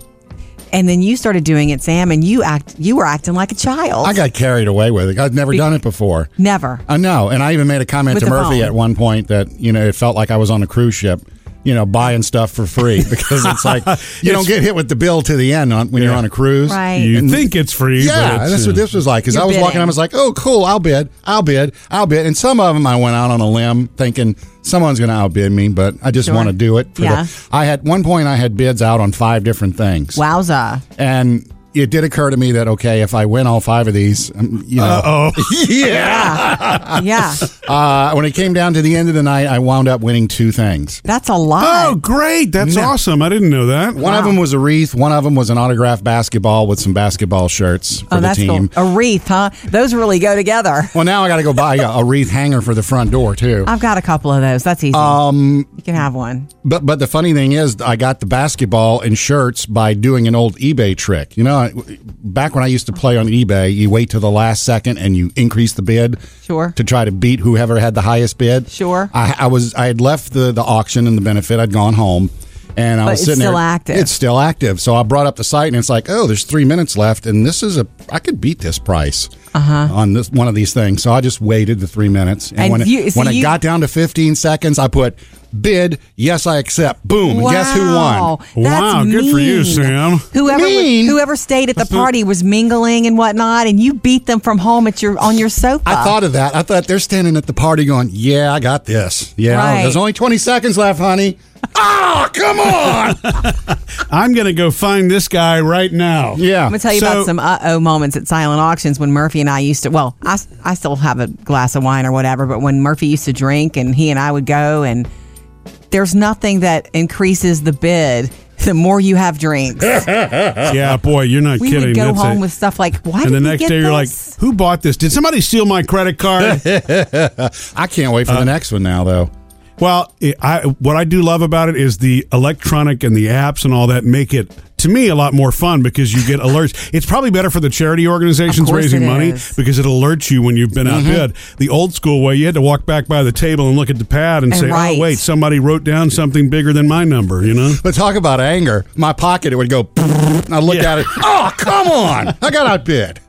S2: and then you started doing it, Sam, and you act you were acting like a child.
S3: I got carried away with it. I'd never done it before.
S2: Never.
S3: I know, and I even made a comment
S2: With
S3: to
S2: the
S3: Murphy
S2: phone.
S3: at one point that you know it felt like I was on a cruise ship, you know, buying stuff for
S1: <laughs>
S3: free because it's like you don't
S1: It's-
S3: get hit with the bill to the end on, when you're on a cruise.
S1: Right. You think it's free, but
S3: Yeah,
S1: it's,
S3: that's what
S1: uh,
S3: this was like. Because
S1: You're
S3: I was walking,
S1: bidding.
S3: I was like, oh, cool, I'll bid, I'll bid, I'll bid, and some of them I went out on a limb thinking someone's going to outbid me, but I just
S2: Sure.
S3: want to do it. For
S2: Yeah.
S3: the, I had one point I had bids out on five different things. <laughs>
S2: Wowza.
S3: And it did occur to me that okay, if I win all five of these, um, you know,
S2: Uh,
S3: <laughs>
S1: Uh-oh.
S3: yeah,
S2: yeah.
S3: Uh, when it came down to the end of the night, I wound up winning two things.
S2: That's a lot.
S1: Oh, great! That's
S3: No.
S1: awesome. I didn't know that.
S3: One of them was a wreath. One of them was an autographed basketball with some basketball shirts for
S2: Oh,
S3: the
S2: that's
S3: team.
S2: cool. A wreath, huh? Those really go together.
S3: Well, now I got to go buy a, a wreath hanger for the front door too.
S2: I've got a couple of those. That's easy.
S3: Um,
S2: you can have one.
S3: But but the funny thing is, I got the basketball and shirts by doing an old eBay trick. You know, I- back when I used to play on eBay, you wait till the last second and you increase the bid.
S2: Sure.
S3: To try to beat whoever had the highest bid.
S2: Sure.
S3: I, I was I had left the the auction and the benefit. I'd gone home. And I
S2: But
S3: was
S2: it's
S3: sitting
S2: still
S3: there.
S2: active.
S3: It's still active. So I brought up the site and it's like, oh, there's three minutes left, and this is a I could beat this price
S2: Uh-huh.
S3: on this one of these things. So I just waited the three minutes, and,
S2: And
S3: when
S2: you-
S3: it,
S2: so
S3: when
S2: you-
S3: it got down to 15 seconds, I put bid. Yes, I accept. Boom. And guess who
S2: Wow.
S3: won?
S2: That's mean. Whoever was- whoever stayed at the
S3: That's not-
S2: party was mingling and whatnot, and you beat them from home at your on your sofa.
S3: I thought of that. I thought they're standing at the party going, "Yeah, I got this. Yeah,
S2: Right.
S3: there's only 20 seconds left, honey." <laughs> Ah, come on.
S1: I'm going to go find this guy right now.
S3: Yeah.
S2: I'm gonna tell you about some uh oh moments at silent auctions when Murphy and I used to. Well, I, I still have a glass of wine or whatever, but when Murphy used to drink and he and I would go, and there's nothing that increases the bid <laughs> the more you have drinks.
S1: yeah, boy, you're not
S2: we
S1: kidding.
S2: would go
S1: That's
S2: home
S1: it.
S2: with stuff like, why
S1: and
S2: did
S1: the
S2: we
S1: next
S2: get
S1: day you're like,
S2: this?
S1: "Who bought this? Did somebody steal my credit card?"
S3: <laughs> I can't wait for the next one now, though.
S1: Well, it, I what I do love about it is the electronic and the apps and all that make it to me a lot more fun because you get alerts. It's probably better for the charity organizations
S18: Of course
S1: raising
S18: it
S1: money
S18: is.
S1: because it alerts you when you've been
S18: Mhm.
S1: outbid. The old school way, you had to walk back by the table and look at the pad and,
S3: And
S1: say,
S3: write.
S1: "Oh, wait, somebody wrote down something bigger than my number." You know.
S3: But talk about anger. My pocket, it would go. <laughs> And I looked at it. Oh, come on! I got outbid.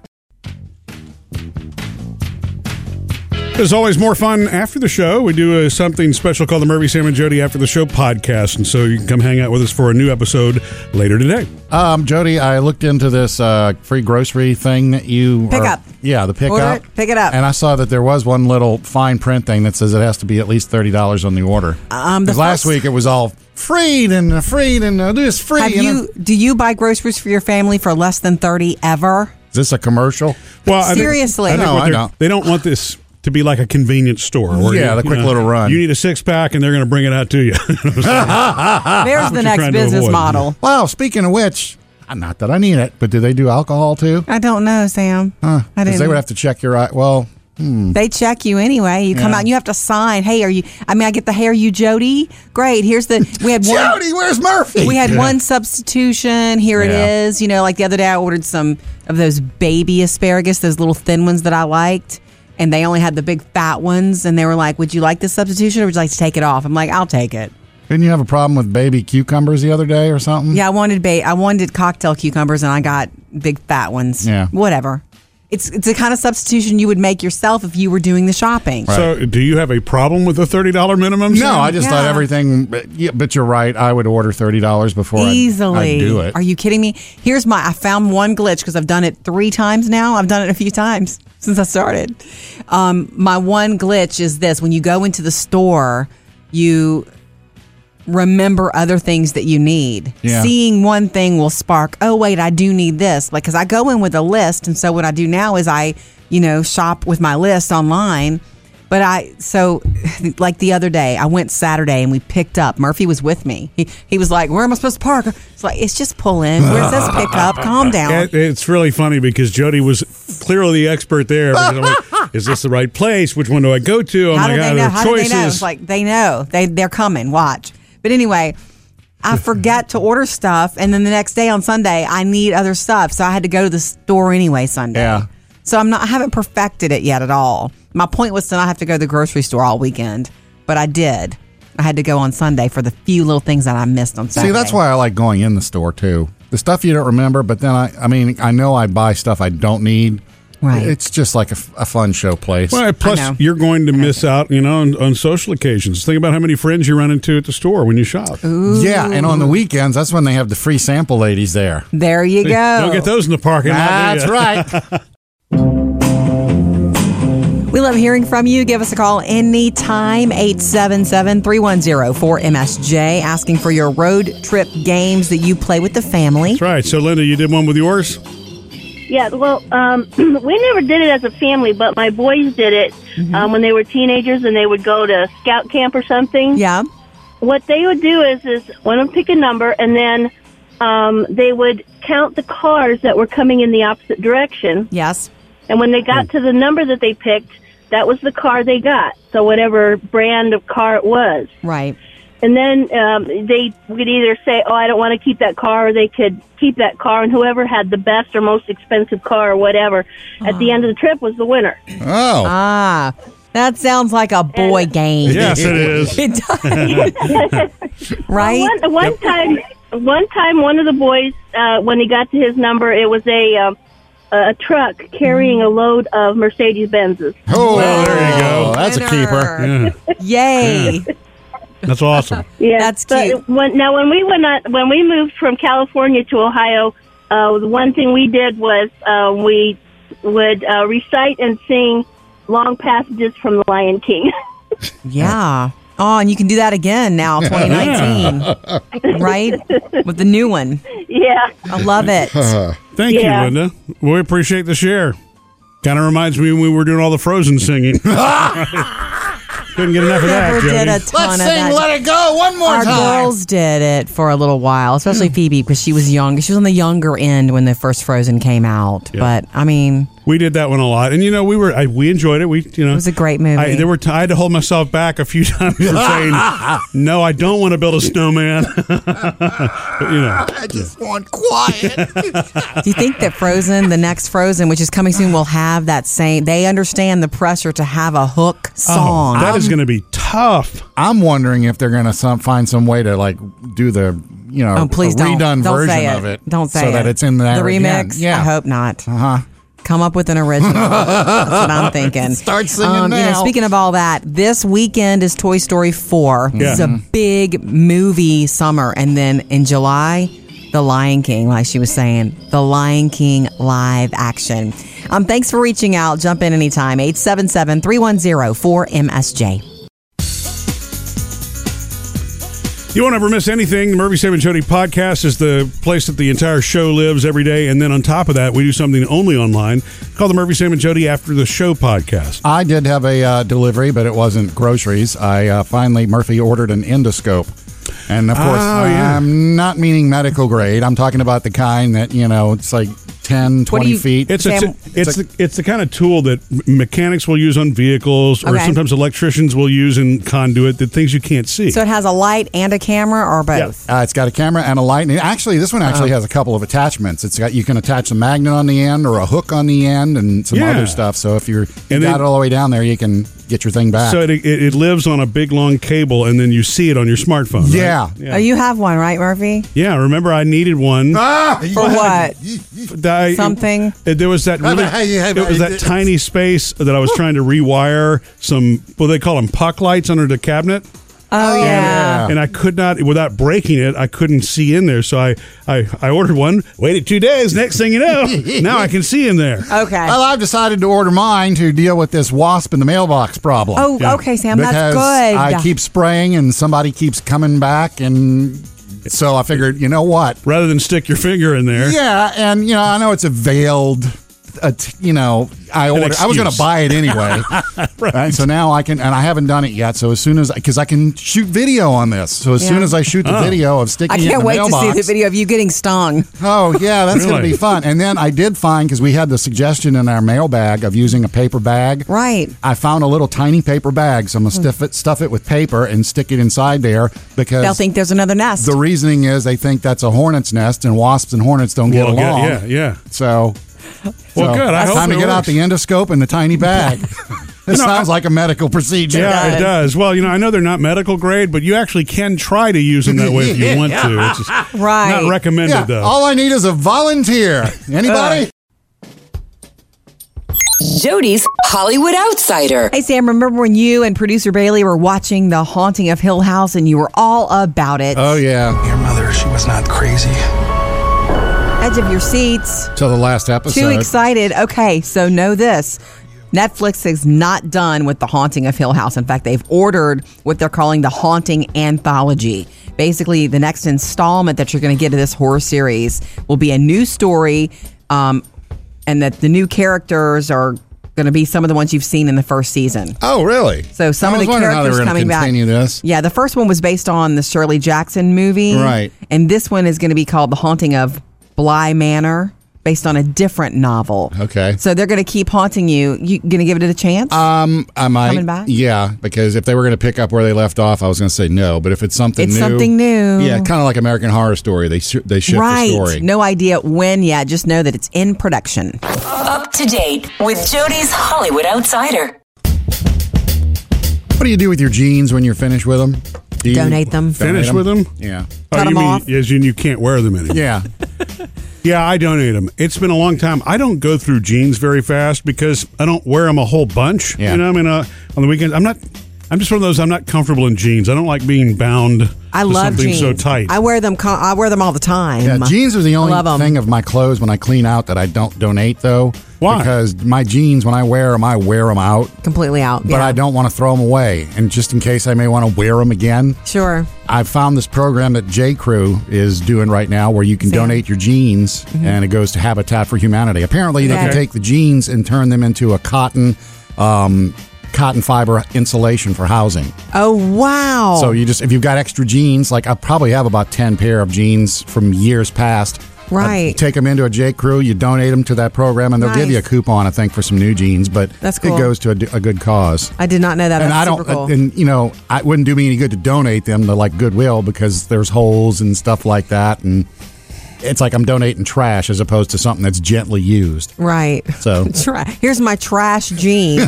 S1: There's always more fun after the show. We do uh, something special called the Murphy, Sam, and Jody After the Show podcast. And so you can come hang out with us for a new episode later today.
S3: Um, Jody, I looked into this uh, free grocery thing that you
S2: Pick
S3: or-
S2: up.
S3: Yeah, the pickup.
S2: Order it, pick it up.
S3: And I saw that there was one little fine print thing that says it has to be at least thirty dollars on the order.
S2: Um, the
S3: 'Cause last
S2: first-
S3: week it was all freed and uh, freed and uh, this free.
S2: Have
S3: and then-
S2: you? Do you buy groceries for your family for less than thirty ever?
S3: Is this a commercial?
S1: Well, I think-
S2: Seriously.
S1: I think
S2: No,
S1: what
S2: I
S1: they're-
S3: don't.
S1: They don't want this to be like a convenience store.
S3: Yeah, the quick little run.
S1: You need a six pack, and they're going to bring it out to you. <laughs>
S3: <laughs>
S2: There's
S3: That's
S2: the
S3: what you're
S2: next
S3: trying to
S2: business
S3: avoid.
S2: model.
S3: Wow. Speaking of which, uh, not that I need it, but do they do alcohol too?
S2: I don't know, Sam.
S3: Huh?
S2: I
S3: 'Cause
S2: didn't.
S3: they would have to check your eye. Well, hmm.
S2: They check you anyway. You come
S3: Yeah.
S2: out and you have to sign. Hey, are you? I mean, I get the hair you, Jody. Great. Here's the we had one.
S3: Jody, where's Murphy?
S2: We had
S3: Yeah.
S2: one substitution. Here it
S3: Yeah.
S2: is. You know, like the other day, I ordered some of those baby asparagus, those little thin ones that I liked, and they only had the big fat ones. And they were like, "Would you like this substitution, or would you like to take it off?" I'm like, "I'll take it."
S3: Didn't you have a problem with baby cucumbers the other day or something?
S2: Yeah, I wanted ba- I wanted cocktail cucumbers, and I got big fat ones.
S3: Yeah.
S2: whatever. It's it's the kind of substitution you would make yourself if you were doing the shopping.
S1: So, do you have a problem with the thirty dollar minimum?
S3: No,
S1: Sam?
S3: I just thought everything. But, yeah, but you're right. I would order thirty dollars before I'd-
S2: easily.
S3: I'd, do it.
S2: Are you kidding me? Here's my. I found one glitch because I've done it three times now. I've done it a few times <laughs> since I started. Um, my one glitch is this: when you go into the store, you remember other things that you need.
S16: Yeah.
S2: Seeing one thing will spark. Oh wait, I do need this. Like because I go in with a list, and so what I do now is I, you know, shop with my list online. But I so <laughs> like the other day, I went Saturday and we picked up. Murphy was with me. He, he was like, "Where am I supposed to park?" It's like it's just pull in. Where it says
S1: <laughs>
S2: pick up, calm down.
S1: It- it's really funny because Jody was clearly the expert there. because I'm
S3: <laughs>
S1: like, Is this the right place? Which one do I go to? Oh
S2: How
S1: my
S2: do
S1: god,
S2: they
S1: there
S2: know?
S1: are
S2: How
S1: choices.
S2: do they know? It's like they know. They they're coming. Watch. But anyway,
S1: <laughs>
S2: I forget to order stuff, and then the next day on Sunday, I need other stuff, so I had to go to the store anyway Sunday. Yeah. So I'm not. I haven't perfected it yet at all. My point was to not have to go to the grocery store all weekend, but I did. I had to go on Sunday for the few little things that I missed on Sunday.
S3: See, that's why I like going in the store too. The stuff you don't remember, but then I, I mean, I know I buy stuff I don't need.
S2: Right.
S3: It's just like a, f- a fun show place.
S1: Well, plus you're going to miss out, you know, on, on social occasions. Think about how many friends you run into at the store when you shop.
S3: yeah, and on the weekends, that's when they have the free sample ladies there.
S2: There you
S1: Hey,
S2: go.
S1: Don't get those in the parking lot. do
S3: That's
S1: ya?
S3: right.
S2: We love hearing from you. Give us a call anytime, 877 310 4MSJ, asking for your road trip games that you play with the family. That's
S1: right. So, Linda, you did one with yours?
S16: Yeah, well, um, <clears throat> we never did it as a family, but my boys did it
S2: Mm-hmm.
S16: um, when they were teenagers and they would go to scout camp or something.
S2: Yeah.
S16: What they would do is, is one of them pick a number and then um, they would count the cars that were coming in the opposite direction.
S2: Yes.
S16: And when they got to the number that they picked, that was the car they got. So whatever brand of car it was.
S2: Right.
S16: And then um, they would either say, "Oh, I don't want to keep that car," or they could keep that car, and whoever had the best or most expensive car or whatever at the end of the trip was the winner.
S3: Oh.
S2: Ah. That sounds like a boy game.
S16: Yes, it is.
S2: <laughs> It does. <laughs> right?
S16: One, one time, one time, one of the boys, uh, when he got to his number, it was a um, a truck carrying a load of Mercedes Benzes.
S3: Oh, there you go. That's a keeper.
S2: Yay.
S1: That's awesome.
S16: Yeah, that's cute. When, now, when we went on, when we moved from California to Ohio, uh, the one thing we did was uh, we would uh, recite and sing long passages from The Lion King. <laughs>
S2: Yeah. Oh, and you can do that again now, 2019.
S3: <laughs>
S2: right? With the new one.
S16: yeah,
S2: I love
S3: <laughs>
S2: it.
S1: <laughs> Thank
S2: Yeah.
S1: you, Linda. We appreciate the share. Kind of reminds me when we were doing all the Frozen singing.
S2: <laughs>
S1: Couldn't get enough of that,
S2: Never did a
S1: Jody.
S2: ton of that.
S3: Let It Go one more
S2: Our
S3: time.
S2: girls did it for a little while, especially Phoebe because she was young. She was on the younger end when the first Frozen came out. But I mean,
S1: We did that one a lot, and you know we were I, we enjoyed it. We you know it was
S2: a great movie.
S1: I, there were t- I had to hold myself back a few <laughs> times from saying
S2: <laughs>
S1: no. I don't want to build a snowman. <laughs> but, you know,
S3: <laughs> I just want quiet.
S2: do you think that Frozen, the next Frozen, which is coming soon, will have that same? They understand the pressure to have a hook
S3: Oh,
S2: song.
S1: to be tough.
S3: I'm wondering if they're going to some, find some way to like do the you know
S2: Oh, please
S3: a
S2: don't.
S3: redone
S2: Don't
S3: version
S2: say
S3: of
S2: it.
S3: it.
S2: Don't say
S3: so that
S2: it.
S3: it's in there
S2: The
S3: again.
S2: remix?
S3: Yeah,
S2: I hope not.
S3: Uh huh.
S2: Come up with
S3: <laughs>
S2: an original. That's what I'm thinking. Um,
S3: Start singing
S2: You know,
S3: now.
S2: speaking of all that, this weekend is Toy Story 4.
S3: Yeah.
S2: This is a big movie summer. And then in July, The Lion King, like she was saying, The Lion King live action. Um, thanks for reaching out. Jump in anytime. 877 310 4MSJ.
S1: You won't ever miss anything. The Murphy, Sam, and Jody podcast is the place that the entire show lives every day. And then on top of that, we do something only online called the Murphy, Sam, and Jody After the Show podcast.
S3: I did have a uh, delivery, but it wasn't groceries. I uh, finally Murphy ordered an endoscope, and of course,
S1: Oh, yeah.
S3: I'm not meaning medical grade. I'm talking about the kind that you know it's like 10, 20 feet.
S1: It's a t- it's the, it's the kind of tool that m- mechanics will use on vehicles, or
S2: Okay.
S1: sometimes electricians will use in conduit. The things you can't see.
S2: So it has a light and a camera or both?
S3: Uh, it's got a camera and a light. And actually, this one actually
S1: Uh-huh.
S2: Oh.
S3: has a couple of attachments. It's got you can attach a magnet on the end or a hook on the end and some
S1: Yeah.
S3: other stuff. So if you're you
S1: And
S3: got it
S1: then-
S3: all the way down there, you can get your thing back.
S1: So it, it, it lives on a big long cable, and then you see it on your smartphone. right?
S3: Yeah.
S1: yeah.
S2: Oh, you have one, right, Murphy?
S1: Yeah, remember I needed one.
S3: Ah,
S2: For what?
S1: I-
S2: Something?
S1: it- there was that really,
S3: Yeah,
S1: it was that
S3: it's-
S1: tiny space that I was trying to rewire some. Well, they call them puck lights under the cabinet.
S2: Oh, yeah.
S1: And I could not, without breaking it, I couldn't see in there. So I, I, I ordered one. Waited two days. Next thing
S3: <laughs>
S1: you know, now I can see in there.
S2: Okay.
S3: Well, I've decided to order mine to deal with this wasp in the mailbox problem.
S2: Oh, Yeah. okay, Sam, that's
S3: because
S2: good.
S3: I keep spraying and somebody keeps coming back, and so I figured, you know what?
S1: Rather than stick your finger in there,
S3: Yeah, and you know, I know it's a veiled, uh, t- you know, I
S1: An
S3: ordered. I was going to
S1: excuse.
S3: buy it
S1: <laughs>
S3: anyway, right. So now I can, and I haven't done it yet. So as soon as, because I can shoot video on this, so as
S2: Yeah.
S3: soon as I shoot the
S2: Oh.
S3: video of sticking
S2: I
S3: it in
S2: can't
S3: the
S2: wait to
S3: mailbox-
S2: see the video of you getting stung.
S3: Oh yeah, that's going to
S2: Really?
S3: be fun. And then I did find because we had the suggestion in our mail bag of using a paper bag.
S2: Right.
S3: I found a little tiny paper bag, so I'm gonna stuff it, stuff it with paper and stick it inside there because
S2: They'll think there's another nest.
S3: the reasoning is they think that's a hornet's nest, and wasps and hornets don't get
S1: Well, good,
S3: along.
S1: yeah, yeah.
S3: So,
S1: Well, good. I
S3: it's
S1: hope
S3: time to
S1: it
S3: get out
S1: works.
S3: the endoscope and the tiny
S1: <laughs>
S3: bag. <laughs> this sounds like a medical procedure.
S1: Yeah, it does. Well, you know, I know they're not medical grade, but you actually can try to use them that way if
S3: <laughs>
S1: you want to. It's just
S2: Right.
S1: not recommended,
S3: Yeah,
S1: though.
S3: All I need is a volunteer.
S1: Uh,
S3: Anybody?
S9: Jody's Hollywood Outsider.
S2: Hey, Sam, remember when you and producer Bailey were watching The Haunting of Hill House and you were all about it?
S3: Oh yeah.
S5: Your mother, she was not crazy.
S2: Edge of your seats.
S3: So the last episode.
S2: Too excited. Okay, so know this. Netflix is not done with The Haunting of Hill House. In fact, they've ordered what they're calling the Haunting Anthology. Basically, the next installment that you're going to get of this horror series will be a new story, um, and that the new characters are going to be some of the ones you've seen in the first season.
S3: Oh, really?
S2: So some
S3: I
S2: of
S3: was
S2: the
S3: wondering how they
S2: characters
S3: were gonna
S2: coming back.
S3: continue this.
S2: Yeah, the first one was based on the Shirley Jackson movie,
S3: Right.
S2: And this one is going to be called "The Haunting of Bly Manor," based on a different novel.
S3: Okay.
S2: So they're going to keep haunting you. You going to give it a chance?
S3: Um, I might.
S2: Coming back?
S3: Yeah, because if they were going to pick up where they left off, I was going to say no. But if it's something
S2: It's
S3: new,
S2: something new.
S3: Yeah, kind of like American Horror Story. They sh- they shift
S2: right.
S3: the story.
S2: No idea when yet. Just know that it's in production.
S9: Up to date with Jody's Hollywood Outsider.
S3: What do you do with your jeans when you're finished with them? Do you
S2: Donate them.
S1: Finish with them?
S3: Yeah.
S1: Oh,
S2: Cut
S1: you
S2: 'em
S1: mean
S2: off.
S1: as in you can't wear them anymore?
S3: Yeah.
S1: Yeah, I donate them. It's been a long time. I don't go through jeans very fast because I don't wear them a whole bunch.
S3: Yeah.
S1: You know, I mean, uh, on the weekends, I'm not. I'm just one of those. I'm not comfortable in jeans. I don't like being bound.
S2: I
S1: to
S2: love
S1: something
S2: jeans.
S1: so tight.
S2: I wear them. co- I wear them all the time.
S3: Yeah, jeans are the
S2: I love
S3: only
S2: 'em.
S3: thing of my clothes when I clean out that I don't donate though.
S1: Why?
S3: Because my jeans, when I wear them, I wear them out,
S2: completely out.
S3: but
S2: yeah.
S3: I don't want to throw them away. And just in case I may want to wear them again,
S2: Sure.
S3: I found this program that J. Crew is doing right now where you can donate your jeans
S2: Mm-hmm.
S3: and it goes to Habitat for Humanity. Apparently, they can
S2: Okay.
S3: take the jeans and turn them into a cotton. Um, cotton fiber insulation for housing.
S2: Oh wow.
S3: So you just if you've got extra jeans, like I probably have about 10 pair of jeans from years past. I'd
S2: Right.
S3: take them into a J Crew, you donate them to that program and they'll give
S2: Nice.
S3: you a coupon I think for some new jeans, but
S2: That's
S3: it
S2: cool.
S3: goes to a, a good cause
S2: I did not know that.
S3: and
S2: That's
S3: I don't, uh,
S2: super cool.
S3: and you know, I it wouldn't do me any good to donate them to like Goodwill because there's holes and stuff like that, and it's like I'm donating trash as opposed to something that's gently used.
S2: right. <laughs>
S3: So,
S2: Tra- Here's my trash jeans.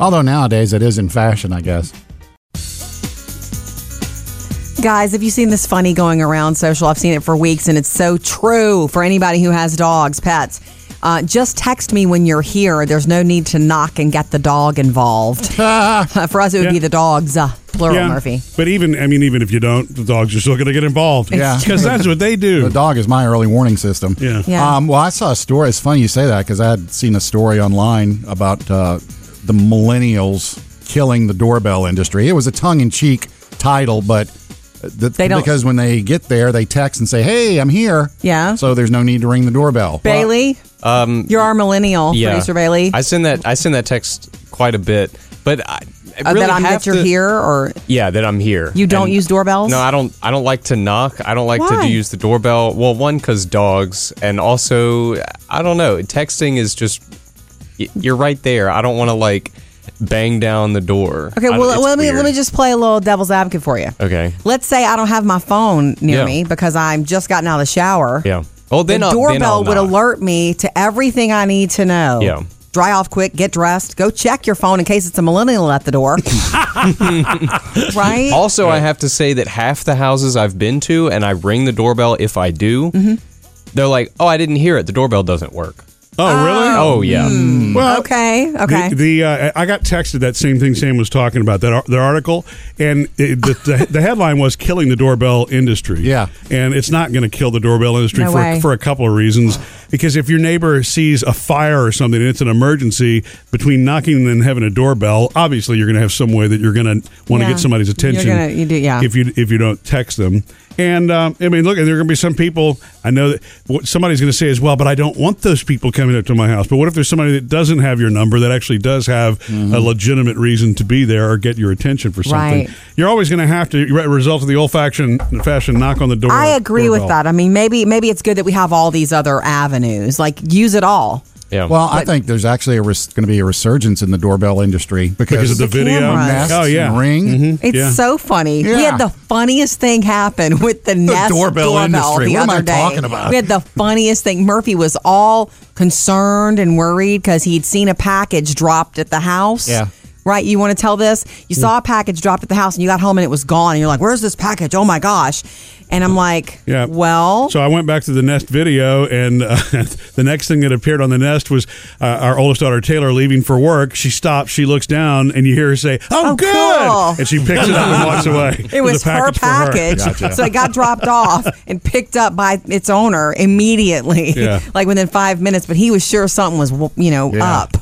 S3: although nowadays it is in fashion, I guess. <laughs>
S2: Guys, have you seen this funny going around social? I've seen it for weeks and it's so true for anybody who has dogs, pets. Uh, just text me when you're here. There's no need to knock and get the dog involved. <laughs> Uh, For us, it would be the dogs, uh, plural,
S1: Yeah.
S2: Murphy.
S1: But even, I mean, even if you don't, the dogs are still going to get involved. <laughs>
S3: Yeah.
S1: Because that's what they do.
S3: The dog is my early warning system.
S1: Yeah.
S2: Yeah.
S3: Um, well, I saw a story. It's funny you say that because I had seen a story online about uh, the millennials killing the doorbell industry. It was a tongue in cheek title, but the,
S2: They don't-
S3: because when they get there, they text and say, "Hey, I'm here."
S2: Yeah.
S3: So there's no need to ring the doorbell.
S2: Bailey,
S13: Um,
S2: you're our millennial producer, Bailey. Uh,
S13: I send that. I send that text quite a bit, but I, I
S2: Uh,
S13: really
S2: that I'm
S13: have
S2: that you're
S13: to-
S2: here, or
S13: Yeah, that I'm here.
S2: you don't use doorbells.
S13: No, I don't. I don't like to knock. I don't like to
S2: Why?
S13: use the doorbell. Well, one because dogs, and also I don't know. Texting is just y- you're right there. I don't want to like bang down the door.
S2: Okay,
S13: I don't-
S2: well,
S13: it's
S2: let me let
S13: weird.
S2: me just play a little devil's advocate for you.
S13: Okay.
S2: Let's say I don't have my phone near
S13: Yeah.
S2: me because I'm just gotten out of the shower.
S13: Yeah. Well, then
S2: the
S13: I'll- then
S2: doorbell
S13: I'll
S2: would
S13: knock.
S2: alert me to everything I need to know.
S13: Yeah.
S2: Dry off quick, get dressed, go check your phone in case it's a millennial at the
S13: <laughs>
S2: door. right?
S13: Also, I have to say that half the houses I've been to, and I ring the doorbell if I do,
S3: Mm-hmm.
S13: they're like, "Oh, I didn't hear it. The doorbell doesn't work."
S1: Oh, really?
S13: Oh, yeah.
S2: Mm.
S1: Well,
S2: okay, okay.
S1: The, the uh, I got texted that same thing Sam was talking about that ar- the article, and it, the,
S2: <laughs>
S1: the the headline was "Killing the Doorbell Industry." Yeah, and it's not going to kill the doorbell industry
S17: No
S1: for
S17: way.
S1: for a couple of reasons. Because if your neighbor sees a fire or something and it's an emergency between knocking and having a doorbell, obviously you're going to have some way that you're going to want to
S2: Yeah.
S1: get somebody's
S2: You're
S1: attention.
S2: gonna- you do- yeah.
S1: If you if you don't text them. And um, I mean, look, there are going to be some people. I know that what somebody's going to say is, "Well, but I don't want those people coming up to my house." But what if there's somebody that doesn't have your number that actually does have a legitimate reason to be there or get your attention for something?
S2: Mm-hmm. Right.
S1: You're always going to have to re- result to the old fashioned fashioned knock on the door.
S2: I agree with
S1: doorbell.
S2: that. I mean, maybe maybe it's good that we have all these other avenues. Like use it all.
S13: Yeah.
S3: Well, I think there's actually a res- going to be a resurgence in the doorbell industry because,
S1: Because of the The video? cameras.
S3: masks
S1: Oh, yeah.
S3: and ring.
S2: It's so funny. We
S3: Yeah.
S2: had the funniest thing happen <laughs> with the, Nest
S3: doorbell
S2: doorbell,
S3: industry.
S2: the
S3: What am I
S2: other day.
S3: talking about?
S2: We had the funniest thing. Murphy was all concerned and worried because he'd seen a package dropped at the house.
S3: Yeah.
S2: Right, you want to tell this? You saw a package dropped at the house and you got home and it was gone. And you're like, where's this package? Oh my gosh. And I'm like,
S1: Yeah.
S2: Well,
S1: so I went back to the Nest video, and uh, <laughs> the next thing that appeared on the Nest was uh, our oldest daughter Taylor leaving for work. She stops, she looks down, and you hear her say, "Oh, good,"
S2: cool.
S1: and she picks it up and
S2: <laughs>
S1: walks away.
S2: It was,
S1: a
S2: her
S1: for her.
S2: package. So it got dropped off and picked up by its owner immediately,
S1: Yeah.
S2: <laughs> like within five minutes. But he was sure something was, you know,
S1: Yeah.
S2: up.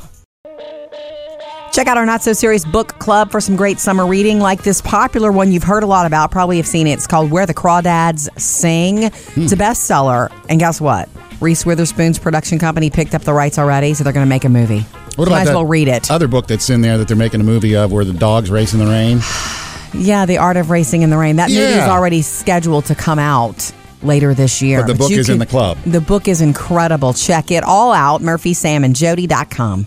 S2: Check out our Not So Serious Book Club for some great summer reading, like this popular one you've heard a lot about, probably have seen it. It's called Where the Crawdads Sing. It's
S1: Hmm.
S2: a bestseller. And guess what? Reese Witherspoon's production company picked up the rights already, so they're going to make a movie.
S3: What
S2: Might
S3: about
S2: as
S3: that
S2: well read it.
S3: other book that's in there that they're making a movie of where the dogs race in the rain?
S2: Yeah, The Art of Racing in the Rain. That movie is
S3: Yeah.
S2: already scheduled to come out later this year.
S3: But the book
S2: you
S3: is in the club.
S2: The book is incredible. Check it all out, murphysamandjody.com.